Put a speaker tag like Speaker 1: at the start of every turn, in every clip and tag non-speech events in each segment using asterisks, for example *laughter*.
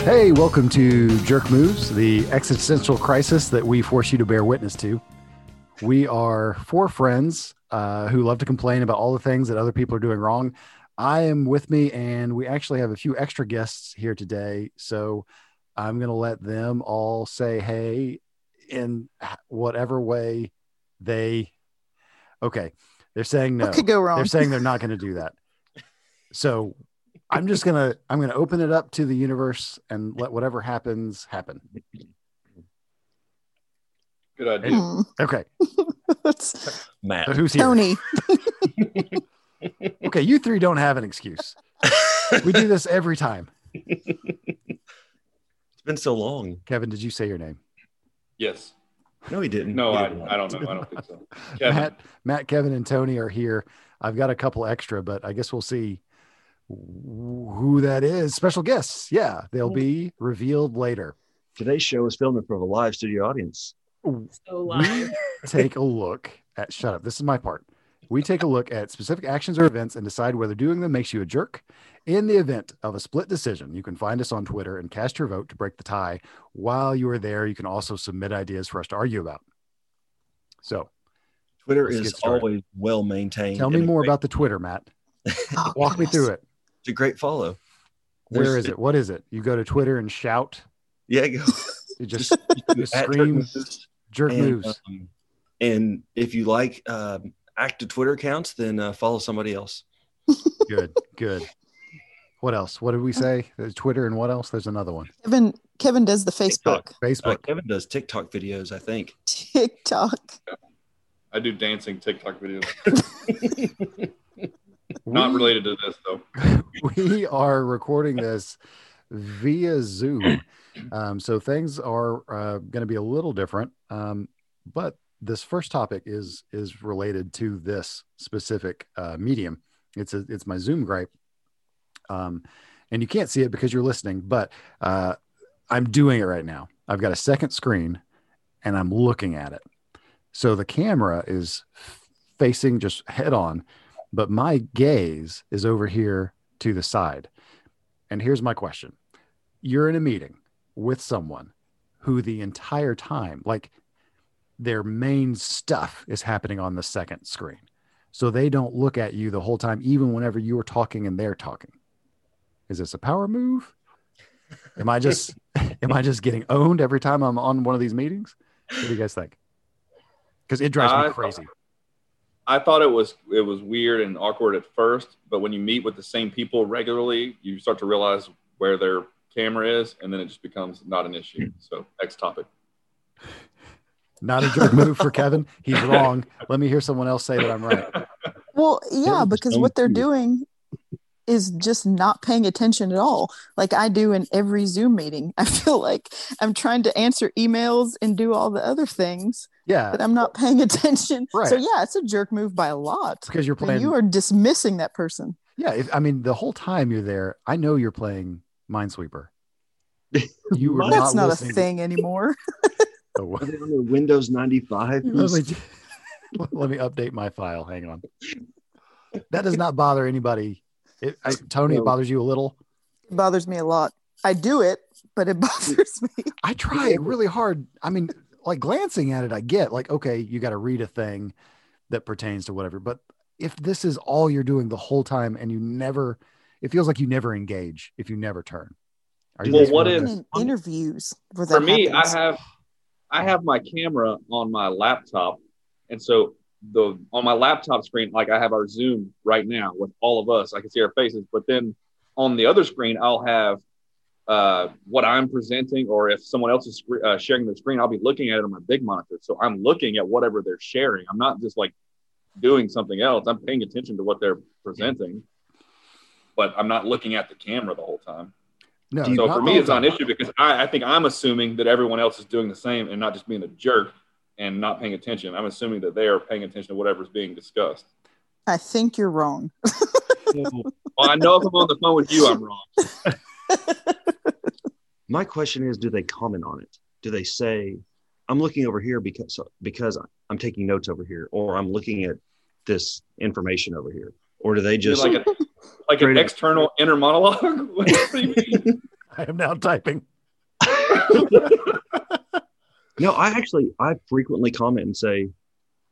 Speaker 1: Hey, welcome to Jerk Moves, the existential crisis that we force you to bear witness to. We are four friends uh, who love to complain about all the things that other people are doing wrong. I am with me, and we actually have a few extra guests here today. So I'm going to let them all say hey in whatever way they. Okay. They're saying no.
Speaker 2: What could go wrong?
Speaker 1: They're saying they're not going to do that. So I'm just gonna I'm gonna open it up to the universe and let whatever happens happen.
Speaker 3: Good idea.
Speaker 2: Hmm.
Speaker 1: Okay.
Speaker 2: *laughs* That's
Speaker 1: So
Speaker 4: Matt.
Speaker 1: who's here?
Speaker 2: Tony.
Speaker 1: Okay, you three don't have an excuse. We do this every time.
Speaker 4: It's been so long.
Speaker 1: Kevin, did you say your name?
Speaker 3: Yes.
Speaker 4: No, he didn't.
Speaker 3: No,
Speaker 4: He
Speaker 3: I,
Speaker 4: did not.
Speaker 3: I don't know. I don't think so. Kevin.
Speaker 1: Matt, Matt, Kevin, and Tony are here. I've got a couple extra, but I guess we'll see who that is. Special guests. Yeah, they'll be revealed later.
Speaker 4: Today's show is filmed in front of a live studio audience.
Speaker 5: so
Speaker 1: we
Speaker 5: live.
Speaker 1: take a look at shut up this is my part we take a look at specific actions or events and decide whether doing them makes you a jerk in the event of a split decision you can find us on twitter and cast your vote to break the tie while you are there you can also submit ideas for us to argue about so
Speaker 4: Twitter
Speaker 1: Let's
Speaker 4: is
Speaker 1: get started.
Speaker 4: always well maintained.
Speaker 1: tell me
Speaker 4: and a
Speaker 1: more
Speaker 4: great-
Speaker 1: about the twitter matt
Speaker 2: Oh,
Speaker 1: walk me
Speaker 2: goodness.
Speaker 1: through it
Speaker 4: It's a great follow.
Speaker 1: where
Speaker 4: There's-
Speaker 1: is it what is it you go to twitter and shout
Speaker 4: Yeah, go.
Speaker 1: you just
Speaker 4: *laughs*
Speaker 1: you
Speaker 4: At
Speaker 1: scream
Speaker 4: Turk Moves.
Speaker 1: jerk
Speaker 4: And,
Speaker 1: moves
Speaker 4: um, and if you like um, active Twitter accounts, then uh, follow somebody else.
Speaker 1: good good what else what did we say There's twitter and what else there's another one
Speaker 2: Kevin. Kevin does the Facebook, *laughs*
Speaker 4: TikTok. Uh,
Speaker 1: facebook
Speaker 4: Kevin does TikTok videos, I think.
Speaker 2: TikTok.
Speaker 3: I do dancing TikTok videos.
Speaker 1: We-
Speaker 3: Not related to this though.
Speaker 1: we are recording this via Zoom. Um, so things are uh, going to be a little different. Um, but this first topic is is related to this specific uh, medium. It's a, it's my Zoom gripe. Um, and you can't see it because you're listening, but uh, I'm doing it right now. I've got a second screen and I'm looking at it. So the camera is facing just head on, but my gaze is over here to the side. And here's my question You're in a meeting with someone who the entire time, like their main stuff is happening on the second screen. So they don't look at you the whole time, even whenever you're talking and they're talking. Is this a power move? Am I just *laughs* am I just getting owned every time I'm on one of these meetings? What do you guys think? Because it drives
Speaker 3: I-
Speaker 1: me crazy.
Speaker 3: I thought it was it was weird and awkward at first, but when you meet with the same people regularly, you start to realize where their camera is, and then it just becomes not an issue. So next topic.
Speaker 1: Not a jerk move for Kevin. He's wrong. Let me hear someone else say that I'm right.
Speaker 2: Well, yeah,
Speaker 4: Kevin does
Speaker 2: because
Speaker 4: own
Speaker 2: what they're
Speaker 4: Twitter.
Speaker 2: doing is just not paying attention at all. Like I do in every Zoom meeting. *laughs* I feel like I'm trying to answer emails and do all the other things,
Speaker 1: Yeah,
Speaker 2: *laughs* but I'm not paying attention.
Speaker 1: Right.
Speaker 2: So yeah, it's a jerk move by a lot.
Speaker 1: because you're
Speaker 2: I mean,
Speaker 1: playing.
Speaker 2: you are dismissing that person.
Speaker 1: yeah, if, I mean, the whole time you're there, I know you're playing
Speaker 2: *laughs*
Speaker 1: Minesweeper. You were
Speaker 2: That's not, a
Speaker 1: listening to-
Speaker 2: thing anymore.
Speaker 1: Oh,
Speaker 4: Are they on their Windows 95?
Speaker 1: *laughs* let, me, *laughs* let me update my file. Hang on. That does not bother anybody. It, I, Tony, it
Speaker 4: No.
Speaker 1: bothers you a little.
Speaker 2: It bothers me a lot. I do it, but it *laughs* bothers me.
Speaker 1: I try really hard. I mean, like glancing at it, I get like, okay, you got to read a thing that pertains to whatever. But if this is all you're doing the whole time and you never, it feels like you never engage if you never turn. Are you
Speaker 4: Well,
Speaker 1: guys
Speaker 3: what
Speaker 1: feeling
Speaker 3: if-
Speaker 1: this?
Speaker 2: in interviews where that
Speaker 3: For me, I
Speaker 2: happens.
Speaker 3: have I have my camera on my laptop, and so the on my laptop screen, like I have our Zoom right now with all of us. I can see our faces, but then on the other screen, I'll have uh, what I'm presenting, or if someone else is scre- uh, sharing their screen, I'll be looking at it on my big monitor. So I'm looking at whatever they're sharing. I'm not just like doing something else. I'm paying attention to what they're presenting, but I'm not looking at the camera the whole time.
Speaker 1: No,
Speaker 3: So
Speaker 1: not
Speaker 3: for
Speaker 1: all
Speaker 3: me, it's
Speaker 1: the
Speaker 3: not
Speaker 1: time.
Speaker 3: an issue because I, I think I'm assuming that everyone else is doing the same and not just being a jerk and not paying attention. I'm assuming that they are paying attention to whatever's being discussed.
Speaker 2: I think you're
Speaker 4: *laughs*
Speaker 2: wrong.
Speaker 3: Well, I know if I'm on the phone with you, I'm wrong.
Speaker 4: My question is, do they comment on it? Do they say, "I'm looking over here because because I'm taking notes over here," or "I'm looking at this information over here," or do they
Speaker 3: You're
Speaker 4: *laughs* just
Speaker 3: like, a, like an
Speaker 4: Straight
Speaker 3: *laughs*
Speaker 4: up.
Speaker 3: external inner monologue. What do you mean?
Speaker 1: *laughs* I am now typing.
Speaker 4: No, I actually I frequently comment and say,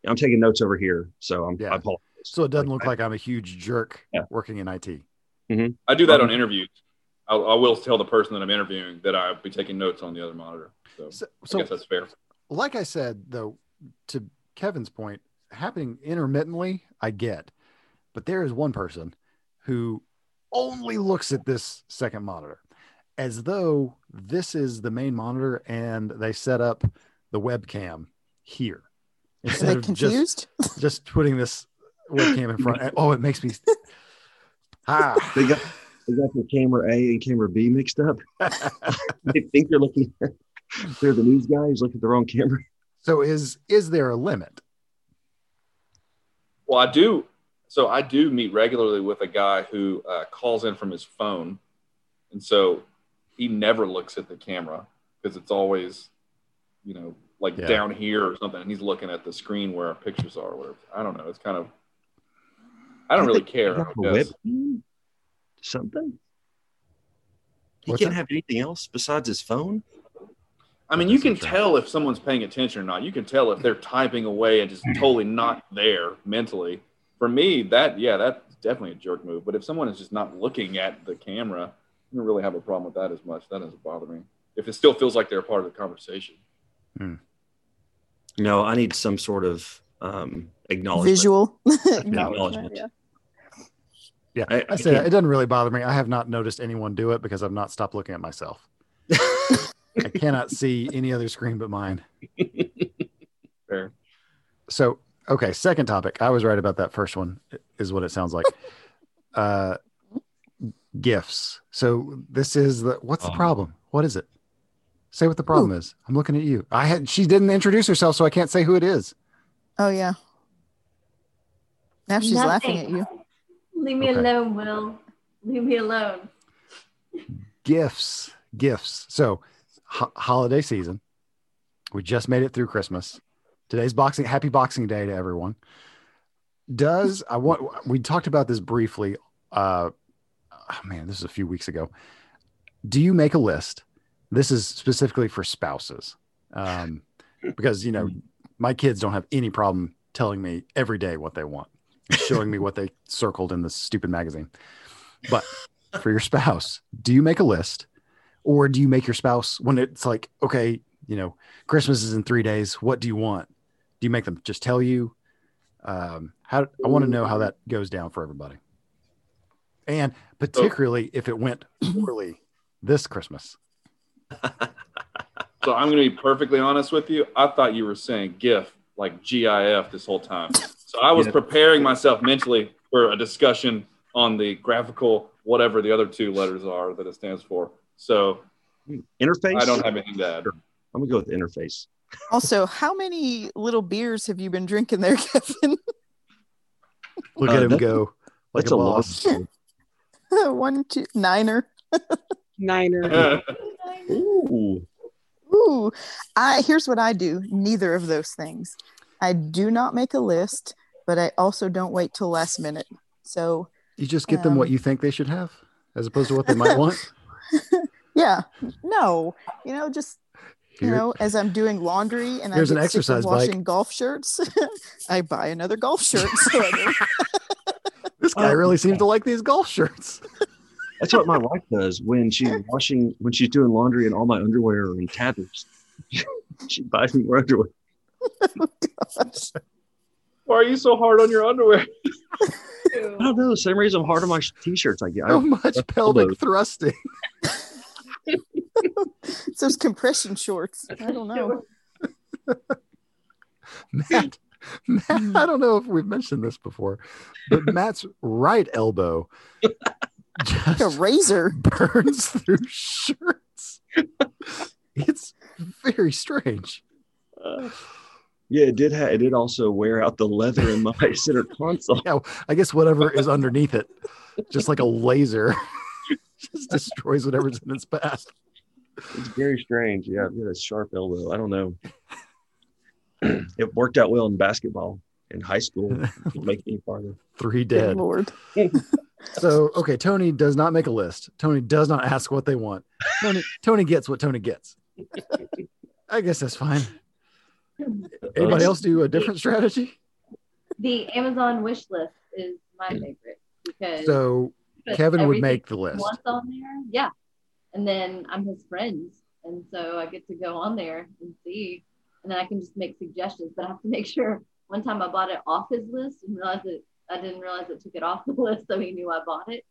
Speaker 4: I'm taking notes over here, so I'm
Speaker 1: Yeah.
Speaker 4: I apologize.
Speaker 1: So it doesn't look
Speaker 4: I-
Speaker 1: like I'm a huge jerk
Speaker 4: Yeah.
Speaker 1: working in IT.
Speaker 3: I do that on interviews. I, I will tell the person that I'm interviewing that I'll be taking notes on the other monitor. So,
Speaker 1: So,
Speaker 3: I
Speaker 1: so
Speaker 3: guess that's fair.
Speaker 1: like I said, though, to Kevin's point, happening intermittently, I get. But there is one person who only looks at this second monitor as though this is the main monitor and they set up the webcam here.
Speaker 2: Are they
Speaker 1: Instead of just,
Speaker 2: confused?
Speaker 1: just putting this webcam in
Speaker 2: *laughs*
Speaker 1: front. Oh, it makes me. *laughs* Ah.
Speaker 4: They got they got the camera A and camera B mixed up. *laughs* they think they're looking. they're the news guy who's looking at the wrong camera.
Speaker 1: So is is there a limit?
Speaker 3: Well, I do. So I do meet regularly with a guy who uh, calls in from his phone, and so he never looks at the camera because it's always, you know, like
Speaker 1: Yeah.
Speaker 3: down here or something, and he's looking at the screen where our pictures are. Or whatever. I don't know. It's kind of. I don't really care. I
Speaker 4: Have a
Speaker 3: guess.
Speaker 4: webcam? Something. He
Speaker 1: What's
Speaker 4: can't
Speaker 1: that?
Speaker 4: have anything else besides his phone.
Speaker 3: I mean, you can tell if someone's paying attention or not. You can tell if they're typing away and just totally not there mentally. For me, that yeah, that's definitely a jerk move. But if someone is just not looking at the camera, I don't really have a problem with that as much. That doesn't bother me. If it still feels like they're a part of the conversation.
Speaker 4: No, I need some sort of um, acknowledgement.
Speaker 2: Visual. *laughs*
Speaker 4: Acknowledgement.
Speaker 2: Yeah.
Speaker 1: Yeah,
Speaker 4: I-
Speaker 1: I,
Speaker 4: I
Speaker 1: say that.
Speaker 4: can't-
Speaker 1: it doesn't really bother me. I have not noticed anyone do it because I've not stopped looking at myself.
Speaker 4: *laughs*
Speaker 1: I cannot see any other screen but mine.
Speaker 3: Fair.
Speaker 1: So, okay, second topic. I was right about that first one, is what it sounds like. Uh, gifts. So this is the what's the
Speaker 4: Oh.
Speaker 1: problem? What is it? Say what the problem is. I'm looking at you. I had she didn't introduce herself, so I can't say who it is.
Speaker 2: Oh yeah. Now she's
Speaker 5: Nothing.
Speaker 2: laughing at you.
Speaker 5: Leave me
Speaker 1: Okay.
Speaker 5: alone, Will. Leave me alone.
Speaker 1: gifts gifts so ho- holiday season we just made it through christmas today's boxing happy boxing day to everyone does i want we talked about this briefly uh oh man this is a few weeks ago do you make a list this is specifically for spouses um because you know my kids don't have any problem telling me every day what they want and showing me what they circled in this stupid magazine but for your spouse do you make a list or do you make your spouse when it's like okay you know christmas is in three days what do you want do you make them just tell you um how i want to know how that goes down for everybody and particularly if it went poorly this christmas
Speaker 3: So I'm going to be perfectly honest with you. I thought you were saying GIF, like GIF, this whole time. So I was
Speaker 4: Yeah.
Speaker 3: preparing myself mentally for a discussion on the graphical, whatever the other two letters are that it stands for. So
Speaker 4: Interface.
Speaker 3: I don't have anything to add.
Speaker 4: I'm gonna go with interface.
Speaker 2: Also, how many little beers have you been drinking there, *laughs* Kevin?
Speaker 1: look
Speaker 4: Uh,
Speaker 1: at him
Speaker 4: that's-
Speaker 1: go like
Speaker 4: That's
Speaker 1: a
Speaker 4: a lot.
Speaker 1: boss.
Speaker 2: One, two, niner.
Speaker 6: Niner.
Speaker 3: I
Speaker 4: Ooh.
Speaker 2: Ooh, I here's what I do. Neither of those things. I do not make a list, but I also don't wait till last minute. So
Speaker 1: you just get them what
Speaker 2: Um,
Speaker 1: you think they should have as opposed to what they might want
Speaker 2: yeah, no, you know, just you
Speaker 1: Here-
Speaker 2: know, as I'm doing laundry and
Speaker 1: Here's
Speaker 2: I'm
Speaker 1: an exercise bike.
Speaker 2: washing golf shirts, *laughs* I buy another golf shirt. So I don't-
Speaker 1: this guy really seems to like these golf shirts
Speaker 4: That's what my wife does when she's washing, when she's doing laundry, and all my underwear are in tatters. *laughs* she buys me more underwear.
Speaker 3: Why are you so hard on your *laughs* underwear?
Speaker 2: *laughs*
Speaker 4: I don't know. the Same reason I'm hard on my sh- t-shirts. I get.
Speaker 1: so *laughs*
Speaker 3: *sighs*
Speaker 4: I,
Speaker 1: much pelvic thrusting
Speaker 2: it's *laughs* those compression shorts. I don't know.
Speaker 1: Matt, Matt, I don't know if we've mentioned this before, but Matt's right elbow
Speaker 2: Like a
Speaker 1: just
Speaker 2: razor.
Speaker 1: *laughs* burns through shirts. It's very strange.
Speaker 4: yeah, it did. Ha- it did also wear out the leather in my *laughs* center console.
Speaker 1: I guess whatever is underneath it, just like a laser, *laughs* just destroys whatever's in its path.
Speaker 4: It's very strange. Yeah, I've got a sharp elbow. I don't know. *clears throat* it worked out well in basketball in high school. Didn't make it any farther.
Speaker 1: Three
Speaker 2: Good
Speaker 1: dead.
Speaker 2: lord.
Speaker 1: So okay, Tony does not make a list. Tony does not ask what they want. Tony Tony gets what Tony gets. I guess that's fine. Anybody else do a different strategy?
Speaker 5: The Amazon wish list is my favorite because
Speaker 1: So
Speaker 5: but
Speaker 1: Kevin would
Speaker 5: everything
Speaker 1: make the
Speaker 5: he
Speaker 1: list.
Speaker 5: wants on there, yeah. And then I'm his friends, and so I get to go on there and see, and then I can just make suggestions. But I have to *laughs* make sure. One time I bought it off his list and realized it. I didn't realize it took it off the *laughs* list, so he knew I bought it.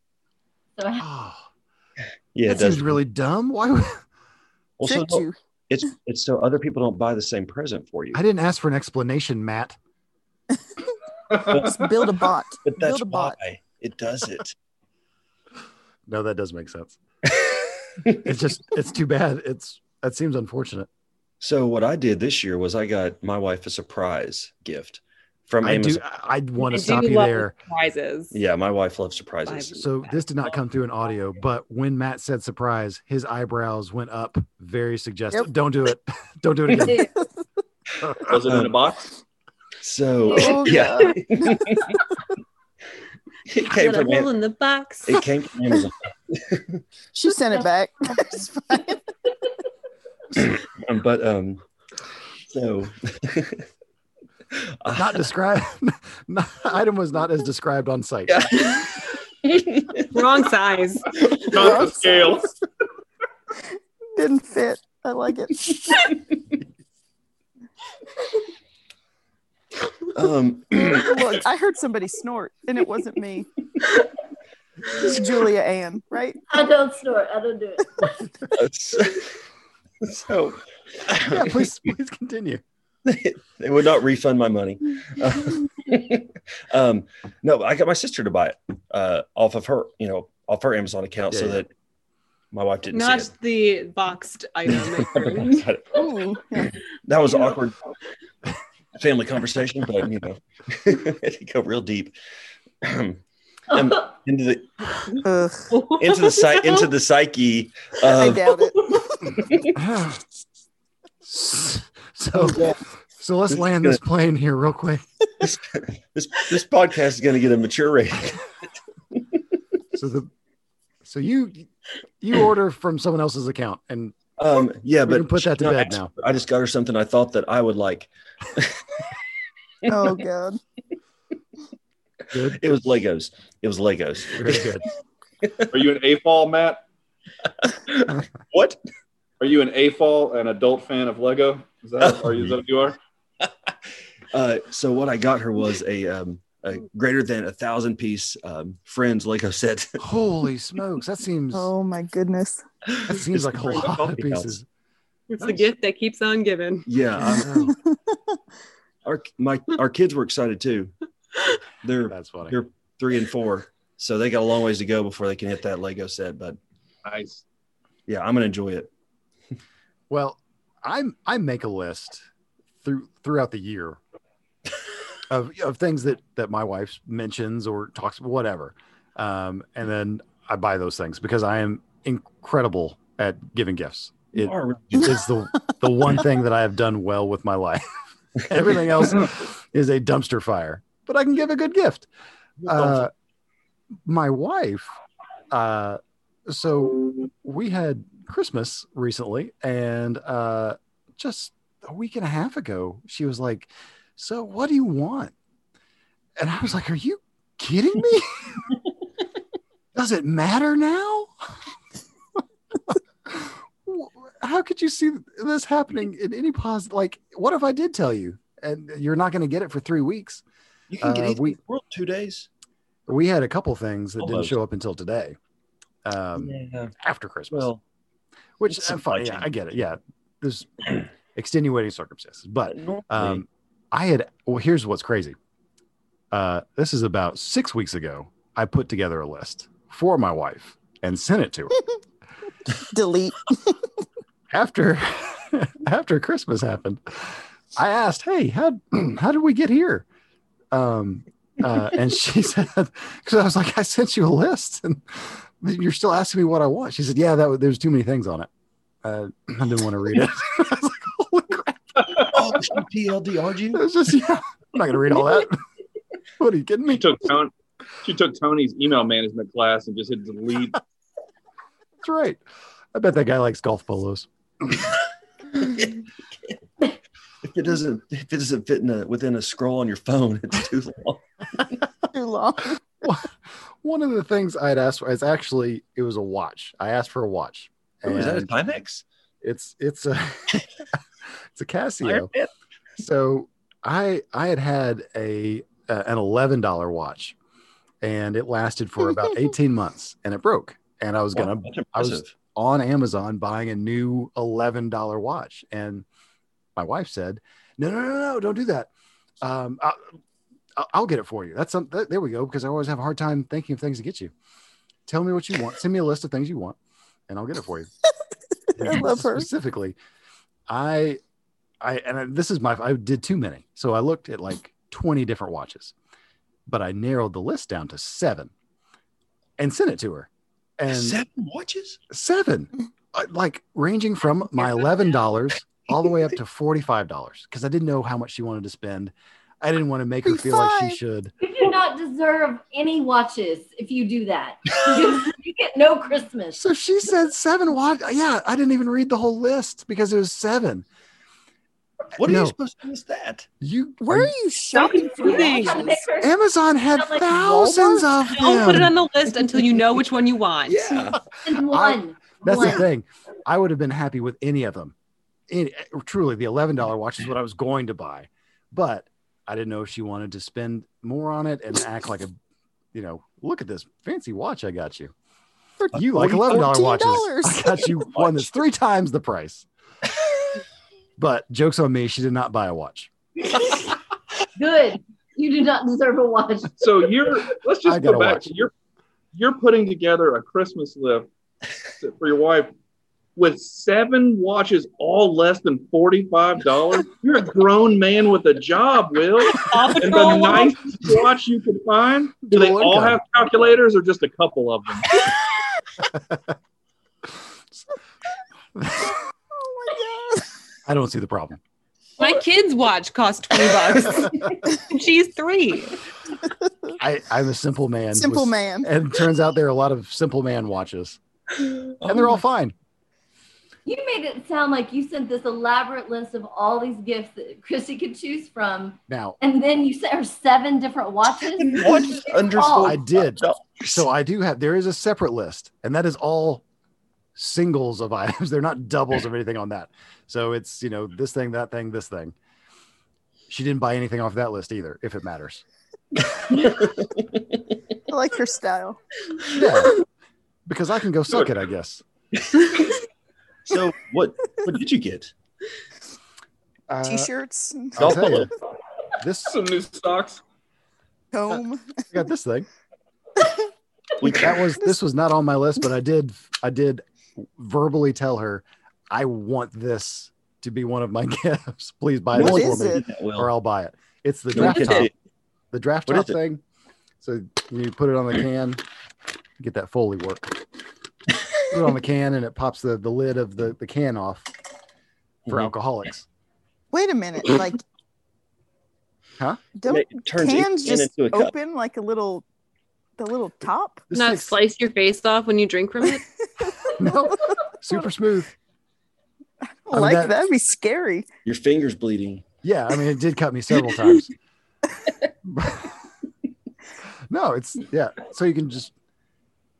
Speaker 5: So I
Speaker 1: Oh,
Speaker 4: Yeah,
Speaker 1: that seems really dumb. Why would
Speaker 4: Well, so
Speaker 2: Tricked
Speaker 4: no,
Speaker 2: you.
Speaker 4: it's it's so other people don't buy the same present for you.
Speaker 1: I didn't ask for an explanation, Matt?
Speaker 2: Just build a
Speaker 1: *laughs*
Speaker 2: bot.
Speaker 7: But that's
Speaker 2: Build a
Speaker 7: why
Speaker 2: bot.
Speaker 7: it does it.
Speaker 1: No, that does make
Speaker 4: *laughs*
Speaker 1: sense. it's just it's too bad. It's that seems unfortunate.
Speaker 4: So what I did this year was I got my wife a surprise gift from
Speaker 1: I do
Speaker 4: Amazon.
Speaker 1: I- I'd want
Speaker 6: I
Speaker 1: to
Speaker 6: do
Speaker 1: stop you
Speaker 6: love
Speaker 1: there.
Speaker 6: Prizes.
Speaker 4: Yeah, my wife loves surprises.
Speaker 1: So this did not come through in audio, but when Matt said surprise, his eyebrows went up very suggestive.
Speaker 2: Yep.
Speaker 1: Don't do it. *laughs* Don't do it
Speaker 4: *laughs*
Speaker 1: again. *laughs*
Speaker 5: did.
Speaker 3: Was it in a box?
Speaker 4: So
Speaker 2: Oh,
Speaker 4: *laughs* yeah,
Speaker 2: God.
Speaker 7: It
Speaker 8: Got
Speaker 7: came
Speaker 8: a
Speaker 7: from
Speaker 8: hole
Speaker 7: Am-
Speaker 8: in the box.
Speaker 4: it came
Speaker 8: *laughs*
Speaker 4: from Amazon.
Speaker 2: She sent it back. It's fine.
Speaker 4: Um, but um, so I-
Speaker 1: Not described. *laughs* not- item was not as described on site.
Speaker 4: Yeah.
Speaker 6: *laughs* Wrong size.
Speaker 3: *laughs* Not the scale.
Speaker 2: Didn't fit. I like
Speaker 1: *laughs*
Speaker 2: it.
Speaker 4: *laughs* um, *laughs*
Speaker 2: Look, I heard somebody snort, and it wasn't me. It's Julia Ann, right?
Speaker 5: I don't snort. I don't do it.
Speaker 4: so, so
Speaker 1: *laughs* Yeah, please, please continue. *sighs*
Speaker 4: they would not refund my money. Uh, um, no, I got my sister to buy it uh, off of her, you know, off her Amazon account,
Speaker 1: Yeah,
Speaker 4: so
Speaker 1: yeah.
Speaker 4: that my wife didn't
Speaker 6: Not
Speaker 4: see it.
Speaker 6: the boxed
Speaker 4: *laughs*
Speaker 6: item.
Speaker 2: Ooh, yeah.
Speaker 4: that was awkward *laughs* family conversation, but you know, *laughs* it could go real deep *clears throat* into the
Speaker 1: Uh,
Speaker 2: Ugh,
Speaker 4: into the
Speaker 6: *laughs*
Speaker 4: psy- into the psyche
Speaker 2: I
Speaker 4: of
Speaker 2: doubt
Speaker 1: *laughs*
Speaker 2: it.
Speaker 1: so, so let's
Speaker 4: This is
Speaker 1: land this plane here real quick.
Speaker 4: this, this. This podcast is going to get a mature rating.
Speaker 1: So the, so you, you order from someone else's account, and
Speaker 4: Um, yeah,
Speaker 1: We
Speaker 4: but
Speaker 1: can put that to
Speaker 4: no,
Speaker 1: bed
Speaker 4: actually,
Speaker 1: now.
Speaker 4: I just got her something I thought that I would like.
Speaker 2: Oh god.
Speaker 1: good,
Speaker 4: It was Legos. It was Legos.
Speaker 1: very good.
Speaker 3: Are you an A-fall, Matt?
Speaker 4: *laughs* What?
Speaker 3: Are you an A-fall, an adult fan of Lego? Is that, are you, is that what you are?
Speaker 4: Uh, so what I got her was a um, a greater than a thousand piece um, Friends Lego set.
Speaker 1: Holy smokes, that seems
Speaker 2: Oh my goodness.
Speaker 1: that seems
Speaker 4: It's
Speaker 1: like a
Speaker 4: from the
Speaker 1: lot of
Speaker 4: coffee house.
Speaker 1: pieces.
Speaker 6: it's the gift that keeps on giving.
Speaker 4: Yeah, I'm-
Speaker 1: Oh,
Speaker 4: our my our kids were excited too.
Speaker 1: *laughs*
Speaker 4: They're
Speaker 1: that's funny.
Speaker 4: they're three and four, so they got a long ways to go before they can hit that Lego set. But
Speaker 3: Nice.
Speaker 4: yeah, I'm gonna enjoy it.
Speaker 1: Well, I'm I make a list through throughout the year of of things that that my wife mentions or talks whatever, um, and then I buy those things because I am incredible at giving gifts. It
Speaker 4: All right.
Speaker 1: is the the one thing that I have done well with my life. *laughs* Everything else is a dumpster fire, but I can give a good gift. Uh, my wife, uh, so we had Christmas recently, and uh, just a week and a half ago, she was like, So, what do you want? And I was like, Are you kidding me?
Speaker 4: *laughs*
Speaker 1: Does it matter now? *laughs* How could you see this happening in any positive? Like, what if I did tell you and you're not going to get it for three weeks?
Speaker 4: you can get
Speaker 1: uh,
Speaker 4: anything
Speaker 1: we-
Speaker 4: in the world in two days.
Speaker 1: we had a couple things that didn't
Speaker 4: Almost.
Speaker 1: show up until today um
Speaker 4: yeah.
Speaker 1: after christmas
Speaker 4: Well,
Speaker 1: which
Speaker 4: it's
Speaker 1: i'm fine
Speaker 4: supply
Speaker 1: yeah,
Speaker 4: chain.
Speaker 1: i get it yeah there's *clears throat* extenuating circumstances but
Speaker 4: normally-
Speaker 1: um i had well here's what's crazy uh this is about six weeks ago i put together a list for my wife and sent it to her
Speaker 2: Delete.
Speaker 1: after *laughs* after Christmas happened, I asked, "Hey, *clears throat* how how did we get here?" Um, uh, and she *laughs* said, "Because I was like, I sent you a list, and you're still asking me what I want." She said, "Yeah, that was, there's too many things on it. Uh, *clears throat* I didn't want to read it. *laughs* I was like, Holy crap!
Speaker 4: oh, she PLDR'd
Speaker 1: It
Speaker 4: you?
Speaker 1: was just yeah, I'm not gonna read all that. *laughs* what are you kidding
Speaker 3: She
Speaker 1: me?
Speaker 3: took count. She took Tony's email management class and just hit delete.
Speaker 1: That's right. I bet that guy likes golf polos.
Speaker 4: If it doesn't, if it doesn't fit in a, within a scroll on your phone, *laughs*
Speaker 1: *laughs*
Speaker 4: it's too long.
Speaker 2: Too long.
Speaker 1: One of the things I'd asked for is actually it was a watch. I asked for a watch.
Speaker 4: Ooh, Oh, is that a
Speaker 1: Oh, And
Speaker 4: Timex?
Speaker 1: it's it's a *laughs* it's a Casio.
Speaker 4: Iron Man?
Speaker 1: so I I had had a uh, an eleven dollar watch, and it lasted for
Speaker 4: *laughs*
Speaker 1: about eighteen months, and it broke. And I was gonna
Speaker 4: Wow, that's
Speaker 1: I was-
Speaker 4: impressive.
Speaker 1: on Amazon buying a new eleven dollar watch, and my wife said, "No, no, no, no, don't do that. Um, I, I- I'll get it for you. That's some, th- there we go. Because I always have a hard time thinking of things to get you. Tell me what you want. Send me a list of things you want, and I'll get it for you."
Speaker 2: *laughs* I love her.
Speaker 1: specifically i i and I, this is my i did too many so i looked at like 20 different watches but i narrowed the list down to seven and sent it to her and seven,
Speaker 4: Seven watches?
Speaker 1: uh, like ranging from my $11 all the way *laughs* up to $45 because i didn't know how much she wanted to spend i didn't want to make her feel like she
Speaker 2: $45.
Speaker 1: should
Speaker 5: You do not deserve any watches if you do that. You, *laughs* you get no Christmas.
Speaker 1: so she said seven watch yeah i didn't even read the whole list because it was seven
Speaker 4: What are
Speaker 1: No.
Speaker 4: you supposed to do with that?
Speaker 1: you
Speaker 2: Where are you shopping for
Speaker 6: confusing.
Speaker 2: watches?
Speaker 1: amazon had
Speaker 5: Not like
Speaker 1: thousands of them
Speaker 6: Don't put it on the list until you know which one you want.
Speaker 4: Yeah.
Speaker 5: And one.
Speaker 1: That's
Speaker 5: one.
Speaker 1: the thing. I would have been happy with any of them. Any, truly, the eleven dollar watch is what I was going to buy, but I didn't know if she wanted to spend more on it and act like a, you know, look at this fancy watch I got you. You like eleven dollar watches. I
Speaker 2: $14.
Speaker 1: got you one that's three times the price. But jokes on me, she did not buy a watch.
Speaker 5: Good. You do not deserve a watch.
Speaker 3: So you're let's
Speaker 1: I
Speaker 3: just
Speaker 1: gotta
Speaker 3: go back.
Speaker 1: watch.
Speaker 3: to You're you're putting together a Christmas list for your wife with seven watches, all less than forty five dollars. You're a grown man with a job, Will,
Speaker 6: Paw
Speaker 3: and the
Speaker 1: Oh,
Speaker 6: Patrol.
Speaker 3: nicest watch you can find. Do they
Speaker 1: Dual
Speaker 3: all
Speaker 1: income.
Speaker 3: have calculators, or just a couple of them?
Speaker 2: Oh my god.
Speaker 1: I don't see the problem.
Speaker 6: *laughs* My kid's watch costs 20 bucks.
Speaker 4: *laughs*
Speaker 6: *laughs* And She's three.
Speaker 1: I, I'm a simple man.
Speaker 2: Simple
Speaker 1: with-
Speaker 2: man.
Speaker 1: And it turns out there are a lot of simple man watches, and they're all fine.
Speaker 5: You made it sound like you sent this elaborate list of all these gifts that Chrissy could choose from,
Speaker 1: Now,
Speaker 5: and then you sent her seven different watches.
Speaker 4: Watches
Speaker 5: Oh,
Speaker 4: underscore.
Speaker 1: I did.
Speaker 4: $5.
Speaker 1: So I do have there is a separate list, and that is all singles of *laughs* items. They're not doubles of anything on that. So it's you know this thing, that thing, this thing. She didn't buy anything off that list either, if it matters.
Speaker 2: I like her style.
Speaker 1: Yeah. Because I can go suck it, I guess.
Speaker 4: So what? What did you get?
Speaker 1: Uh,
Speaker 2: T-shirts, and
Speaker 1: *laughs* I'll tell you, this I
Speaker 3: *laughs* Some new socks.
Speaker 2: comb.
Speaker 1: got this *laughs* thing.
Speaker 4: We
Speaker 1: That was this was not on my list, but I did I did verbally tell her I want this to be one of my *laughs* gifts. Please buy
Speaker 2: What
Speaker 1: this
Speaker 2: is
Speaker 1: for me,
Speaker 2: it?
Speaker 1: or
Speaker 4: Well,
Speaker 1: I'll buy it. It's the
Speaker 4: no, you
Speaker 1: draft
Speaker 4: can
Speaker 1: top.
Speaker 4: do-
Speaker 1: the draft
Speaker 4: What
Speaker 1: top
Speaker 4: is it?
Speaker 1: thing. So you put it on the can, get that Foley work. put it on the can, and it pops the, the lid of the, the can off for
Speaker 4: Mhm.
Speaker 1: alcoholics.
Speaker 2: Wait a *clears throat* minute, like.
Speaker 1: Huh?
Speaker 2: Don't
Speaker 4: it turns each
Speaker 2: cans
Speaker 4: can
Speaker 2: just
Speaker 4: into a cup.
Speaker 2: open like a little, the little top?
Speaker 1: This
Speaker 6: Not
Speaker 1: thing's-
Speaker 6: slice your face off when you drink
Speaker 4: *laughs*
Speaker 6: from it.
Speaker 1: *laughs* no, super smooth. I mean,
Speaker 2: like
Speaker 1: that-
Speaker 2: Oh, that, would be scary.
Speaker 4: Your fingers bleeding.
Speaker 1: Yeah, I mean, it did cut me several times. *laughs* no, it's yeah. So you can just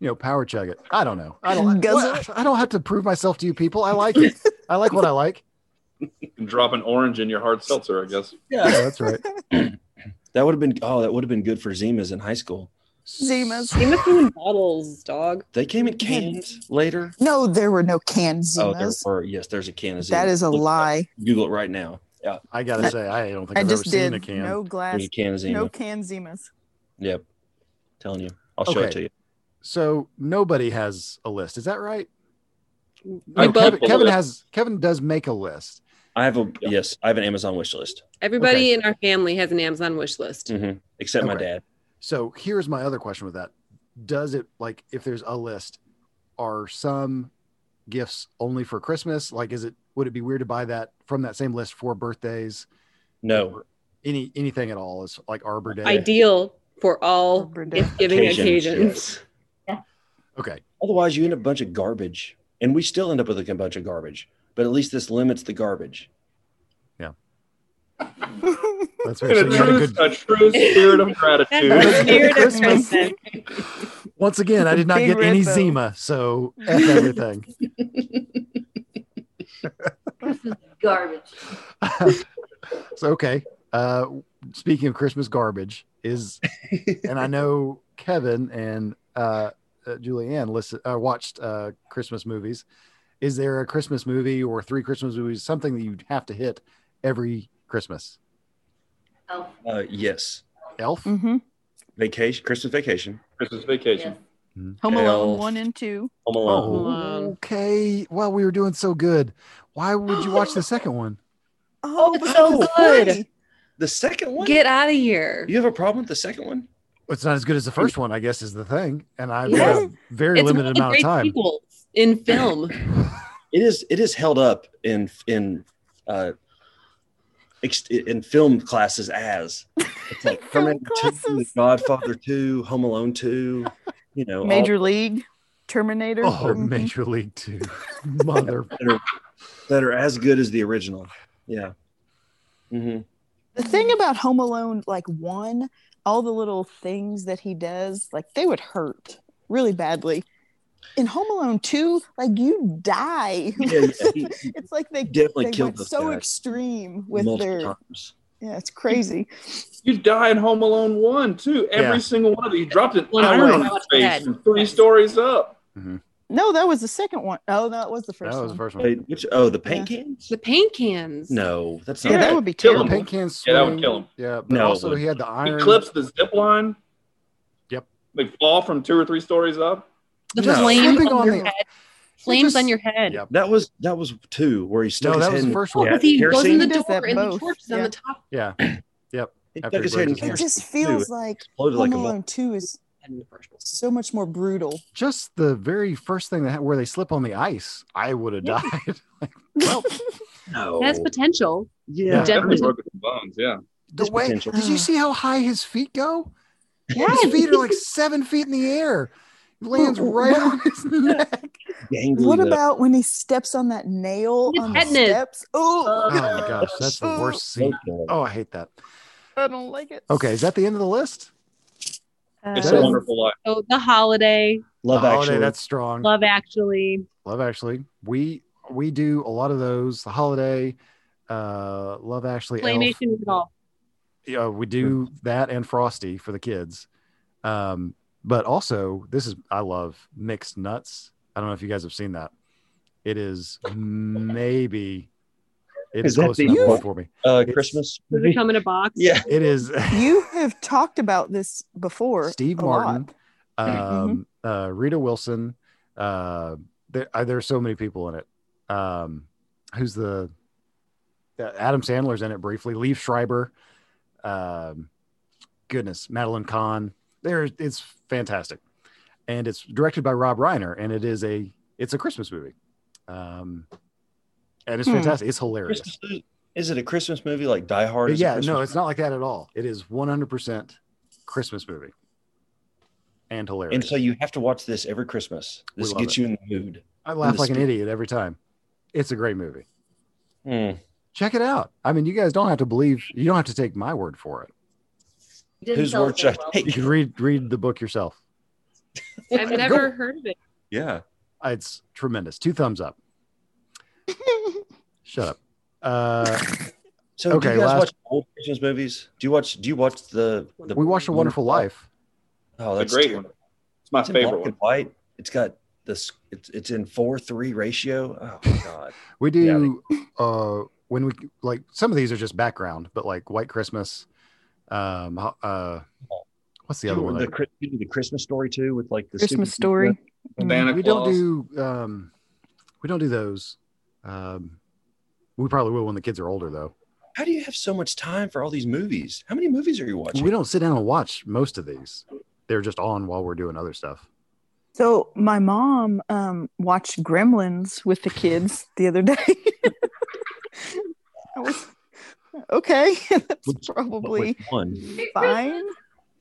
Speaker 1: you know power chug it. I don't know. I don't.
Speaker 2: Guzzle
Speaker 1: Well, I don't have to prove myself to you people. I like it. I like what I like.
Speaker 3: And drop an orange in your hard seltzer, I guess.
Speaker 1: Yeah, that's right.
Speaker 4: That would have been. Oh, that would have been good for Zimas in high school.
Speaker 2: Zimas.
Speaker 6: They must be in bottles, dog.
Speaker 4: They came in cans later.
Speaker 2: No, there were no canned
Speaker 4: Oh, there
Speaker 2: Zimas.
Speaker 4: were. Yes, there's a can of Zimas.
Speaker 2: that is a
Speaker 4: Look it up.
Speaker 2: lie.
Speaker 4: Google it right now. Yeah,
Speaker 1: I gotta say, I don't think
Speaker 2: I
Speaker 1: I've
Speaker 2: just
Speaker 1: ever seen
Speaker 2: did.
Speaker 1: a can.
Speaker 2: No glass.
Speaker 4: there's a can of Zima.
Speaker 2: No canned
Speaker 4: *laughs*
Speaker 2: Zimas.
Speaker 4: Yep. Telling you. I'll show
Speaker 1: Okay.
Speaker 4: it to you.
Speaker 1: So nobody has a list. Is that right?
Speaker 3: I
Speaker 1: No,
Speaker 3: don't
Speaker 1: Kevin,
Speaker 3: have a
Speaker 1: Kevin
Speaker 3: list.
Speaker 1: has Kevin does make a list.
Speaker 4: I have a
Speaker 3: Yeah.
Speaker 4: yes. I have an Amazon wish list.
Speaker 6: Everybody in our family has an Amazon wish list.
Speaker 4: Mhm. Except my
Speaker 1: Mm-hmm. Okay.
Speaker 4: dad.
Speaker 1: So here's my other question with that. Does it like if there's a list, are some gifts only for Christmas? Like is it would it be weird to buy that from that same list for birthdays?
Speaker 4: No.
Speaker 1: Or any anything at all is like Arbor Day.
Speaker 6: Ideal for all
Speaker 2: Birthday.
Speaker 6: gift giving occasions.
Speaker 4: yes.
Speaker 1: Okay.
Speaker 4: Otherwise, you end up with a bunch of garbage, and we still end up with a bunch of garbage. But at least this limits the garbage.
Speaker 1: That's
Speaker 3: *laughs* In a
Speaker 1: very
Speaker 3: true, a true spirit of
Speaker 1: *laughs*
Speaker 6: That's the
Speaker 3: gratitude.
Speaker 6: spirit of
Speaker 1: Christmas.
Speaker 6: Christmas.
Speaker 1: Once again, I did not
Speaker 2: Big
Speaker 1: get
Speaker 2: red
Speaker 1: any
Speaker 2: bow.
Speaker 1: Zima, so F everything.
Speaker 5: Christmas garbage.
Speaker 1: *laughs* so okay. Uh, speaking of Christmas garbage, is and I know Kevin and uh, uh, Julianne listen, uh, watched uh, Christmas movies. Is there a Christmas movie or three Christmas movies something that you have to hit every Christmas?
Speaker 5: Oh,
Speaker 4: Uh, yes,
Speaker 1: Elf.
Speaker 2: hmm
Speaker 4: vacation, Christmas vacation,
Speaker 3: Christmas
Speaker 5: yes.
Speaker 3: vacation.
Speaker 2: Home Alone
Speaker 4: Elf.
Speaker 2: one and two.
Speaker 4: Home Alone.
Speaker 1: Oh, okay. Well, we were doing so good. Why would you watch the second one?
Speaker 6: Oh, it's so
Speaker 2: because
Speaker 6: good.
Speaker 2: funny.
Speaker 4: The second one.
Speaker 6: Get out of here.
Speaker 4: you have a problem with the second one?
Speaker 1: It's not as good as the first one, I guess, is the thing. And I've got
Speaker 6: Yeah.
Speaker 1: a very
Speaker 6: it's one
Speaker 1: limited
Speaker 6: of the
Speaker 1: amount of
Speaker 6: great
Speaker 1: time.
Speaker 6: sequels in film.
Speaker 4: It is. It is held up in in uh, ex- in film classes as it's like
Speaker 2: Film
Speaker 4: Terminator Two, The
Speaker 2: classes.
Speaker 4: Godfather Two, Home Alone Two. You know, all
Speaker 2: Major League, Terminator.
Speaker 1: Oh,
Speaker 2: Mhm.
Speaker 1: Major League *laughs* Two, mother.
Speaker 4: that are as good as the original. Yeah. hmm
Speaker 2: The thing about Home Alone, like one, all the little things that he does, like they would hurt really badly. In Home Alone two, like you die.
Speaker 4: Yeah,
Speaker 2: *laughs*
Speaker 4: yeah, he- he
Speaker 2: it's like they
Speaker 4: definitely
Speaker 2: they
Speaker 4: killed
Speaker 2: went
Speaker 4: those
Speaker 2: so
Speaker 4: guys
Speaker 2: extreme with
Speaker 4: multiple
Speaker 2: their
Speaker 4: times.
Speaker 2: yeah, it's crazy.
Speaker 3: You die in Home Alone 1, too. Every
Speaker 1: Yeah.
Speaker 3: single one of you. He dropped an
Speaker 6: One
Speaker 3: iron
Speaker 6: away.
Speaker 3: on his face
Speaker 6: Head.
Speaker 3: from three stories up.
Speaker 2: No, that was the second one. Oh, no, it was the first
Speaker 1: That was the
Speaker 2: one.
Speaker 1: first one.
Speaker 4: Wait, which? Oh, the paint cans?
Speaker 6: The paint cans.
Speaker 4: No, that's
Speaker 2: Yeah,
Speaker 4: not.
Speaker 2: that would be
Speaker 3: Kill
Speaker 1: The
Speaker 3: him.
Speaker 2: terrible.
Speaker 1: paint can swing.
Speaker 3: Yeah, that would kill him.
Speaker 1: Yeah, but
Speaker 4: No, it
Speaker 1: also he had the
Speaker 3: He
Speaker 1: iron.
Speaker 3: clips the zip line.
Speaker 1: Yep.
Speaker 3: They fall from two or three stories up.
Speaker 6: The
Speaker 4: No.
Speaker 6: flames
Speaker 1: Slipping
Speaker 6: on,
Speaker 1: on
Speaker 6: your
Speaker 1: the-
Speaker 6: head. Flames
Speaker 1: just-
Speaker 6: on your head.
Speaker 1: Yep.
Speaker 4: That was that was two where he stuck
Speaker 1: No,
Speaker 4: his
Speaker 1: that
Speaker 4: head
Speaker 1: was the
Speaker 4: in
Speaker 1: first
Speaker 6: Oh,
Speaker 1: one.
Speaker 4: Yeah.
Speaker 6: 'cause he goes
Speaker 4: kerosene?
Speaker 6: in the
Speaker 2: He does that
Speaker 6: door and the
Speaker 2: both,
Speaker 6: torch is on
Speaker 2: yeah.
Speaker 6: the top.
Speaker 1: Yeah. Yep.
Speaker 4: He
Speaker 1: After
Speaker 4: stuck
Speaker 1: he
Speaker 4: his
Speaker 1: burns his
Speaker 2: It
Speaker 4: head in
Speaker 1: hand.
Speaker 4: kerosene
Speaker 2: just
Speaker 4: too,
Speaker 2: feels like
Speaker 4: exploded like
Speaker 2: Home
Speaker 4: a mole.
Speaker 2: Alone two is
Speaker 6: And the first one.
Speaker 2: so much more brutal.
Speaker 1: Just the very first thing that ha- where they slip on the ice, I would have
Speaker 6: Yeah.
Speaker 1: died. *laughs*
Speaker 4: No.
Speaker 6: It has potential.
Speaker 4: yeah.
Speaker 6: Yeah.
Speaker 3: Definitely broken some bones. Yeah.
Speaker 1: the
Speaker 4: There's
Speaker 1: way
Speaker 4: potential.
Speaker 1: did you see how high his feet go? His
Speaker 6: Yes.
Speaker 1: feet are like seven feet in the air. Lands right on his neck.
Speaker 4: Dangly
Speaker 2: What
Speaker 4: though.
Speaker 2: about when he steps on that nail
Speaker 6: His
Speaker 2: on the
Speaker 6: tetanus.
Speaker 2: steps? Oh,
Speaker 1: Oh my gosh, that's the worst scene.
Speaker 4: Okay.
Speaker 1: Oh, I hate that.
Speaker 2: I don't like it.
Speaker 1: Okay, is that the end of the list?
Speaker 3: It's
Speaker 1: That
Speaker 3: a
Speaker 1: is-
Speaker 3: wonderful life.
Speaker 6: So the holiday,
Speaker 4: Love
Speaker 1: The Holiday,
Speaker 4: Actually?
Speaker 1: Oh, that's strong.
Speaker 6: love actually.
Speaker 1: Love Actually. We we do a lot of those. The Holiday, uh, Love Actually, Elf.
Speaker 6: Claymation Rudolph.
Speaker 1: Yeah, we do that and Frosty for the kids. Um, but also this is I love mixed nuts. I don't know if you guys have seen that. It is maybe it
Speaker 4: Is
Speaker 1: is
Speaker 4: that
Speaker 1: close
Speaker 4: the-
Speaker 1: enough one for me.
Speaker 4: uh,
Speaker 1: It's-
Speaker 4: Christmas
Speaker 6: Does it
Speaker 4: movie.
Speaker 6: come in a box?
Speaker 4: Yeah.
Speaker 1: It is *laughs*
Speaker 2: You have talked about this before.
Speaker 1: Steve
Speaker 2: a
Speaker 1: Martin,
Speaker 2: lot.
Speaker 4: Mm-hmm.
Speaker 1: um, uh, Rita Wilson. Uh, there, uh, there are so many people in it. Um, who's the uh, Adam Sandler's in it briefly. Leaf Schreiber. Um, goodness, Madeline Kahn. There, it's fantastic, and it's directed by Rob Reiner, and it is a it's a Christmas movie, um, and it's
Speaker 2: Hmm.
Speaker 1: fantastic. It's hilarious.
Speaker 4: Christmas movie. Is it a Christmas movie like Die Hard? is a
Speaker 1: Yeah,
Speaker 4: Christmas
Speaker 1: no, it's not like that at all. It is 100% Christmas movie and hilarious.
Speaker 4: And so you have to watch this every Christmas.
Speaker 1: We
Speaker 4: This
Speaker 1: love
Speaker 4: gets
Speaker 1: it.
Speaker 4: you in the mood.
Speaker 1: I laugh
Speaker 4: the
Speaker 1: like an
Speaker 4: speak-
Speaker 1: idiot every time. It's a great movie. Check it out. I mean, you guys don't have to believe. You don't have to take my word for it.
Speaker 5: You didn't
Speaker 4: Whose
Speaker 5: sell
Speaker 4: word
Speaker 5: it
Speaker 4: should I
Speaker 5: well.
Speaker 4: *laughs* take?
Speaker 1: You can read read the book yourself.
Speaker 6: I've never heard of it.
Speaker 4: Yeah.
Speaker 1: Uh, It's tremendous. Two thumbs up. Shut up. Uh,
Speaker 4: So
Speaker 1: Okay,
Speaker 4: do you guys
Speaker 1: last-
Speaker 4: watch old Christmas movies? Do you watch? Do you watch the? *laughs* the
Speaker 1: we watched A Wonderful Life.
Speaker 4: Oh,
Speaker 3: It's
Speaker 4: that's
Speaker 3: a great
Speaker 4: terrible.
Speaker 3: one. It's my
Speaker 4: It's in
Speaker 3: favorite
Speaker 4: black
Speaker 3: one.
Speaker 4: and white. It's got this. It's it's in four three ratio. Oh my god.
Speaker 1: We do uh, when we like some of these are just background, but like White Christmas. Um, uh, what's the other one?
Speaker 4: The, Chris- you do the Christmas story too with like the
Speaker 2: Christmas
Speaker 4: stupid-
Speaker 2: story. Mm.
Speaker 3: Santa
Speaker 1: we
Speaker 3: Claus.
Speaker 1: don't do um we don't do those um we probably will when the kids are older though
Speaker 4: How do you have so much time for all these movies? How many movies are you watching?
Speaker 1: we don't sit down and watch most of these they're just on while we're doing other stuff *laughs*
Speaker 2: So my mom um, watched Gremlins with the kids the other day. *laughs* I was okay. That's
Speaker 4: Which-
Speaker 2: *laughs*
Speaker 4: But
Speaker 2: probably
Speaker 4: which one?
Speaker 2: fine.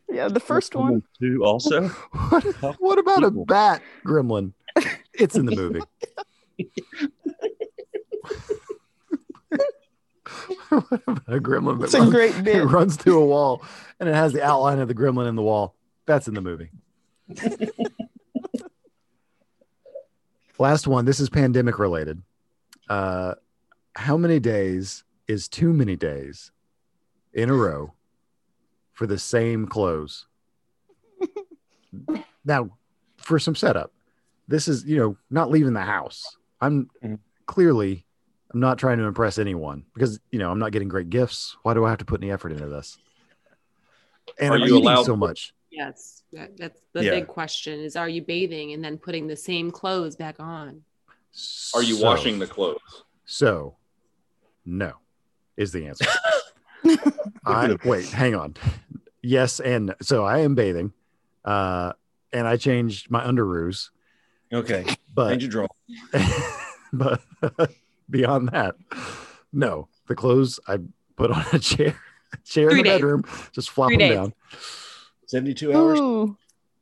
Speaker 2: Yeah, the first one.
Speaker 7: Two
Speaker 4: *laughs*
Speaker 7: also.
Speaker 1: What, what about a
Speaker 7: People.
Speaker 1: bat gremlin? It's in the movie. *laughs* what about a gremlin
Speaker 2: It's
Speaker 1: that
Speaker 2: a
Speaker 1: runs,
Speaker 2: great
Speaker 1: *laughs* it
Speaker 2: bit.
Speaker 1: runs through a wall and it has the outline of the gremlin in the wall? That's in the movie. Last one. This is pandemic related. Uh, how many days is too many days in a row for the same clothes? now, for some setup, this is, you know, not leaving the house. I'm
Speaker 3: Mm-hmm.
Speaker 7: Mhm.
Speaker 1: clearly, I'm not trying to impress anyone because, you know, I'm not getting great gifts. Why do I have to put any effort into this? And
Speaker 3: Are
Speaker 1: I'm
Speaker 3: you
Speaker 1: eating
Speaker 3: allowed-
Speaker 1: so much.
Speaker 6: Yes, that, that's the
Speaker 7: Yeah.
Speaker 6: big question: is are you bathing and then putting the same clothes back on?
Speaker 3: Are you
Speaker 1: So-
Speaker 3: washing the clothes?
Speaker 1: So, no, is the
Speaker 3: *laughs*
Speaker 1: answer. I, wait, hang on. Yes, and no. so I am bathing, uh, and I changed my underoos,
Speaker 7: Okay.
Speaker 1: but
Speaker 7: Change your draw.
Speaker 1: *laughs* but beyond that, no, the clothes I put on a chair, *laughs* chair in
Speaker 6: Three
Speaker 1: the
Speaker 6: days.
Speaker 1: bedroom, just flop
Speaker 6: Three
Speaker 1: them
Speaker 6: days.
Speaker 1: down.
Speaker 7: Seventy-two hours.
Speaker 2: Ooh,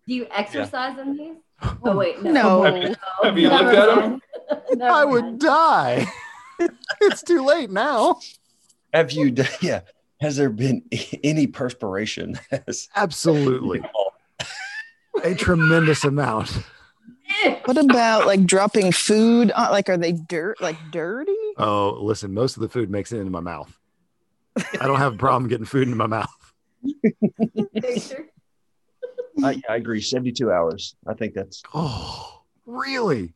Speaker 5: Do you exercise in these? Oh wait, no.
Speaker 2: no.
Speaker 3: Have you
Speaker 5: Never
Speaker 3: looked at 'em?
Speaker 5: mind. Never
Speaker 1: I would
Speaker 5: mind.
Speaker 1: die. it's too late now.
Speaker 7: Have you?
Speaker 4: *laughs*
Speaker 7: d- Yeah. Has there been any perspiration? Has-
Speaker 1: Absolutely, a tremendous amount.
Speaker 5: Eh,
Speaker 2: What about like dropping food on? Like, are they dirt? Like dirty?
Speaker 1: Oh, listen, most of the food makes it into my mouth. I don't have a problem getting food into my mouth.
Speaker 5: picture.
Speaker 4: I, yeah, I agree. Seventy-two hours. I think *laughs* that's
Speaker 1: Oh, really?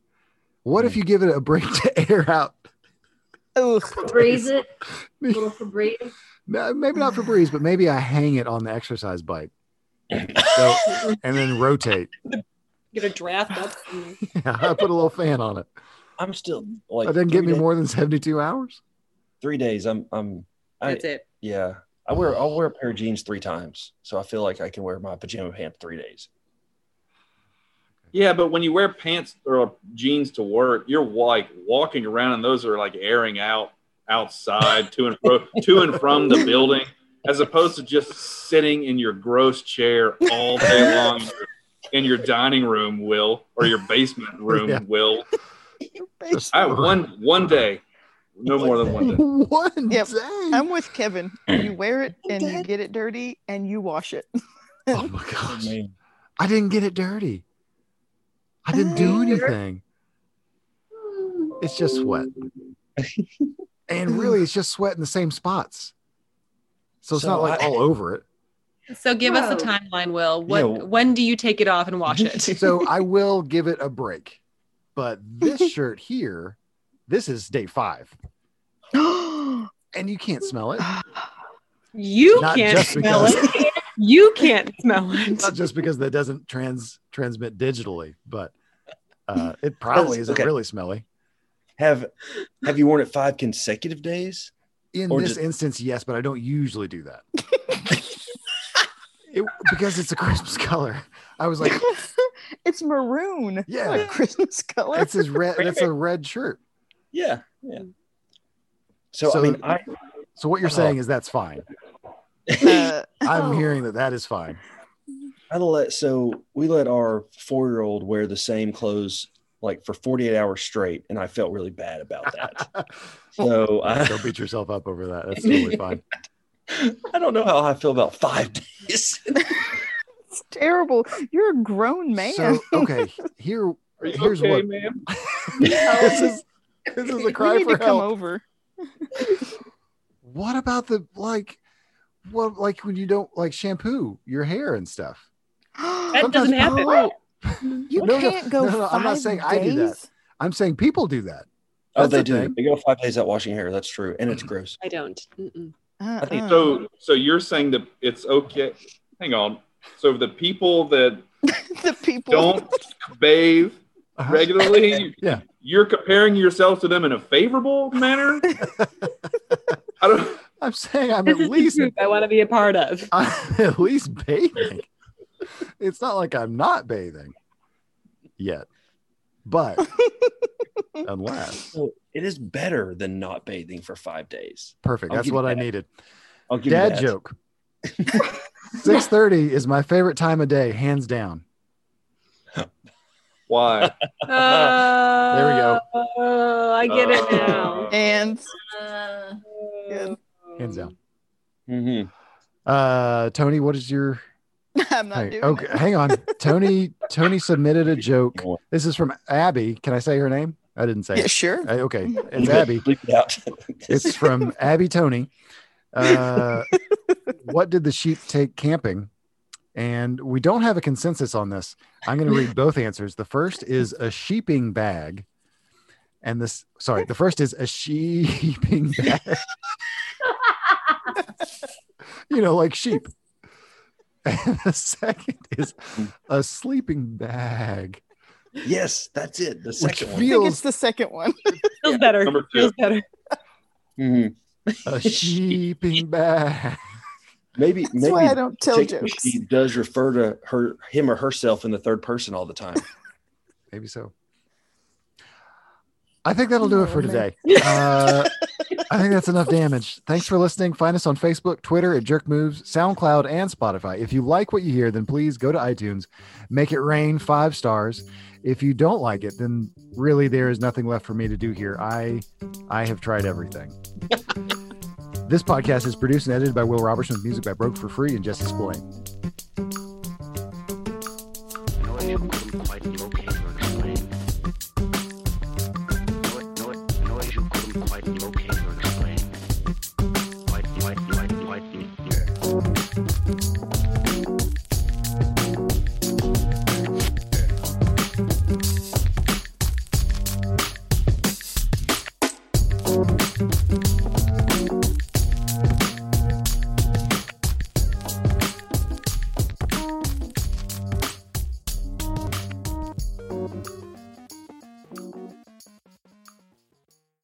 Speaker 1: What if you give it a break to *laughs* air out?
Speaker 2: Ugh.
Speaker 1: *laughs*
Speaker 5: Febreze it. Little Febreze.
Speaker 1: No, Maybe not Febreze, but maybe I hang it on the exercise bike.
Speaker 6: *laughs*
Speaker 4: *laughs*
Speaker 1: So, and then rotate. *laughs*
Speaker 6: Get a draft up.
Speaker 1: I put a little fan on it.
Speaker 7: I'm still like.
Speaker 1: That didn't get
Speaker 7: three
Speaker 1: me
Speaker 7: days-
Speaker 1: more than 72 hours.
Speaker 7: Three days. I'm. I'm. I,
Speaker 6: That's it.
Speaker 7: yeah. I wear. I'll wear a pair of jeans three times, so I feel like I can wear my pajama pants three days.
Speaker 3: Yeah, but when you wear pants or jeans to work, you're like walking around, and those are like airing out outside to and fro, to and from the building, as opposed to just sitting in your gross chair all day long in your dining room, Will, or your basement room,
Speaker 1: Yeah.
Speaker 3: Will. I one one day, no more than one day.
Speaker 1: One
Speaker 2: Yep.
Speaker 1: day.
Speaker 2: I'm with Kevin. You wear it and you get it dirty and you wash *gasps* it.
Speaker 1: oh my gosh.
Speaker 7: mean,
Speaker 1: I didn't get it dirty. I didn't do
Speaker 6: Uh,
Speaker 1: anything. It's just
Speaker 6: *laughs*
Speaker 1: sweat. And really, it's just sweat in the same spots. So it's
Speaker 7: So
Speaker 1: not like
Speaker 7: I-
Speaker 1: all over it.
Speaker 6: So give us a
Speaker 5: No.
Speaker 6: timeline, Will. What?
Speaker 7: Yeah.
Speaker 6: When do you take it off and wash
Speaker 1: *laughs*
Speaker 6: it?
Speaker 1: so I will give it a break. But
Speaker 6: *laughs*
Speaker 1: this shirt here, this is day five, and you can't smell it.
Speaker 6: You
Speaker 1: Not
Speaker 6: can't
Speaker 1: just
Speaker 6: smell
Speaker 1: because-
Speaker 6: it. You can't smell it.
Speaker 1: Not just because that doesn't trans transmit digitally, but uh, it probably isn't
Speaker 7: Okay.
Speaker 1: really smelly.
Speaker 7: have Have you worn it five consecutive days?
Speaker 1: In
Speaker 7: Or
Speaker 1: this
Speaker 7: just-
Speaker 1: instance, yes, but I don't usually do that. It- because it's a Christmas color. I was like,
Speaker 2: *laughs* it's maroon. It's not
Speaker 1: yeah,
Speaker 2: Christmas color. *laughs*
Speaker 1: it's his red. That's a red shirt.
Speaker 7: Yeah. Yeah. So,
Speaker 1: So-
Speaker 7: I mean, I
Speaker 1: So what you're
Speaker 7: Oh.
Speaker 1: saying is that's fine.
Speaker 2: *laughs* Uh,
Speaker 1: I'm
Speaker 5: Oh.
Speaker 1: hearing that that is fine.
Speaker 7: I let so we let our four year old wear the same clothes like for 48 hours straight, and I felt really bad about
Speaker 1: *laughs*
Speaker 7: that. so I,
Speaker 1: Don't beat yourself up over that. That's totally fine.
Speaker 7: I don't know how I feel about five *laughs* days.
Speaker 2: it's terrible. You're a grown man.
Speaker 1: So okay, here
Speaker 3: Are you
Speaker 1: here's
Speaker 3: okay,
Speaker 1: what
Speaker 3: ma'am?
Speaker 1: this is this
Speaker 2: *laughs*
Speaker 1: is a
Speaker 2: you
Speaker 1: cry
Speaker 2: need
Speaker 1: for
Speaker 2: to come
Speaker 1: help.
Speaker 2: over.
Speaker 1: What about the like what like when you don't like shampoo your hair and stuff?
Speaker 6: That doesn't happen.
Speaker 1: Oh,
Speaker 2: you
Speaker 1: No, no,
Speaker 2: can't go.
Speaker 1: no, no, I'm not
Speaker 2: five
Speaker 1: saying
Speaker 2: days?
Speaker 1: I do that. I'm saying people do that.
Speaker 7: oh,
Speaker 1: That's Mm.
Speaker 7: they
Speaker 1: the
Speaker 7: do.
Speaker 1: thing.
Speaker 7: They go five days out washing hair. That's true, and it's gross.
Speaker 6: I don't. Mm-mm.
Speaker 2: I
Speaker 7: think
Speaker 3: So so you're saying that it's okay? Hang on. So the people that
Speaker 2: *laughs* the people
Speaker 3: don't bathe
Speaker 1: Uh-huh.
Speaker 3: regularly.
Speaker 1: Yeah.
Speaker 3: You're comparing yourself to them in a favorable manner. I don't.
Speaker 1: I'm saying I'm
Speaker 6: This
Speaker 1: at
Speaker 6: is
Speaker 1: least
Speaker 6: the group I want to be a
Speaker 1: *laughs*
Speaker 6: part of.
Speaker 1: I'm at least bathing. It's not like I'm not bathing yet. But
Speaker 2: *laughs*
Speaker 1: unless
Speaker 7: So it is better than not bathing for five days.
Speaker 1: perfect.
Speaker 7: I'll
Speaker 1: That's
Speaker 7: give
Speaker 1: what
Speaker 7: you
Speaker 1: I
Speaker 7: that.
Speaker 1: needed.
Speaker 7: I'll give you *laughs*
Speaker 1: Dad
Speaker 7: that.
Speaker 1: joke. Six thirty is my favorite time of day, hands down.
Speaker 3: Why?
Speaker 1: There
Speaker 6: we go. Oh, I get it now.
Speaker 3: Uh,
Speaker 2: And
Speaker 5: Uh,
Speaker 2: Good.
Speaker 1: Hands down.
Speaker 7: Mhm.
Speaker 1: Uh, Tony, what is your?
Speaker 2: *laughs* I'm not
Speaker 1: hey,
Speaker 2: doing
Speaker 1: okay,
Speaker 2: it.
Speaker 1: hang on. Tony,
Speaker 2: *laughs*
Speaker 1: Tony submitted a joke.
Speaker 7: Go on.
Speaker 1: This is from Abby. Can I say her name? I didn't say.
Speaker 2: Yeah,
Speaker 1: it.
Speaker 2: sure.
Speaker 1: Uh,
Speaker 2: *laughs*
Speaker 1: okay, it's Abby.
Speaker 7: Bleep it out.
Speaker 1: It's from Abby Tony. Uh, what did the sheep take camping? And we don't have a consensus on this. I'm going to read both answers. The first is a sheeping bag. And this, sorry, the first is a sheeping bag. *laughs* you know, like sheep. And the second is a sleeping bag.
Speaker 7: *laughs* yes, that's it. The second
Speaker 2: I
Speaker 7: one.
Speaker 2: think
Speaker 1: Feels
Speaker 2: it's the second one.
Speaker 6: Feels better.
Speaker 3: Number two.
Speaker 6: Feels better.
Speaker 7: Mhm.
Speaker 1: a sheeping bag.
Speaker 7: Maybe
Speaker 2: That's
Speaker 7: maybe
Speaker 2: why I don't tell
Speaker 7: take-
Speaker 2: jokes.
Speaker 7: she does refer to her him or herself in the third person all the time.
Speaker 1: Maybe so. I think that'll do it for
Speaker 2: Oh, man. *laughs*
Speaker 1: today. Uh, I think that's enough damage. Thanks for listening. Find us on Facebook, Twitter at Jerk Moves, SoundCloud, and Spotify. If you like what you hear, then please go to iTunes, make it rain five stars. If you don't like it, then really there is nothing left for me to do here. I I have tried
Speaker 2: *laughs*
Speaker 1: everything. this podcast is produced and edited by Will Robertson with music by Broke for Free and Jesse Spillane.
Speaker 8: No, I feel quite okay.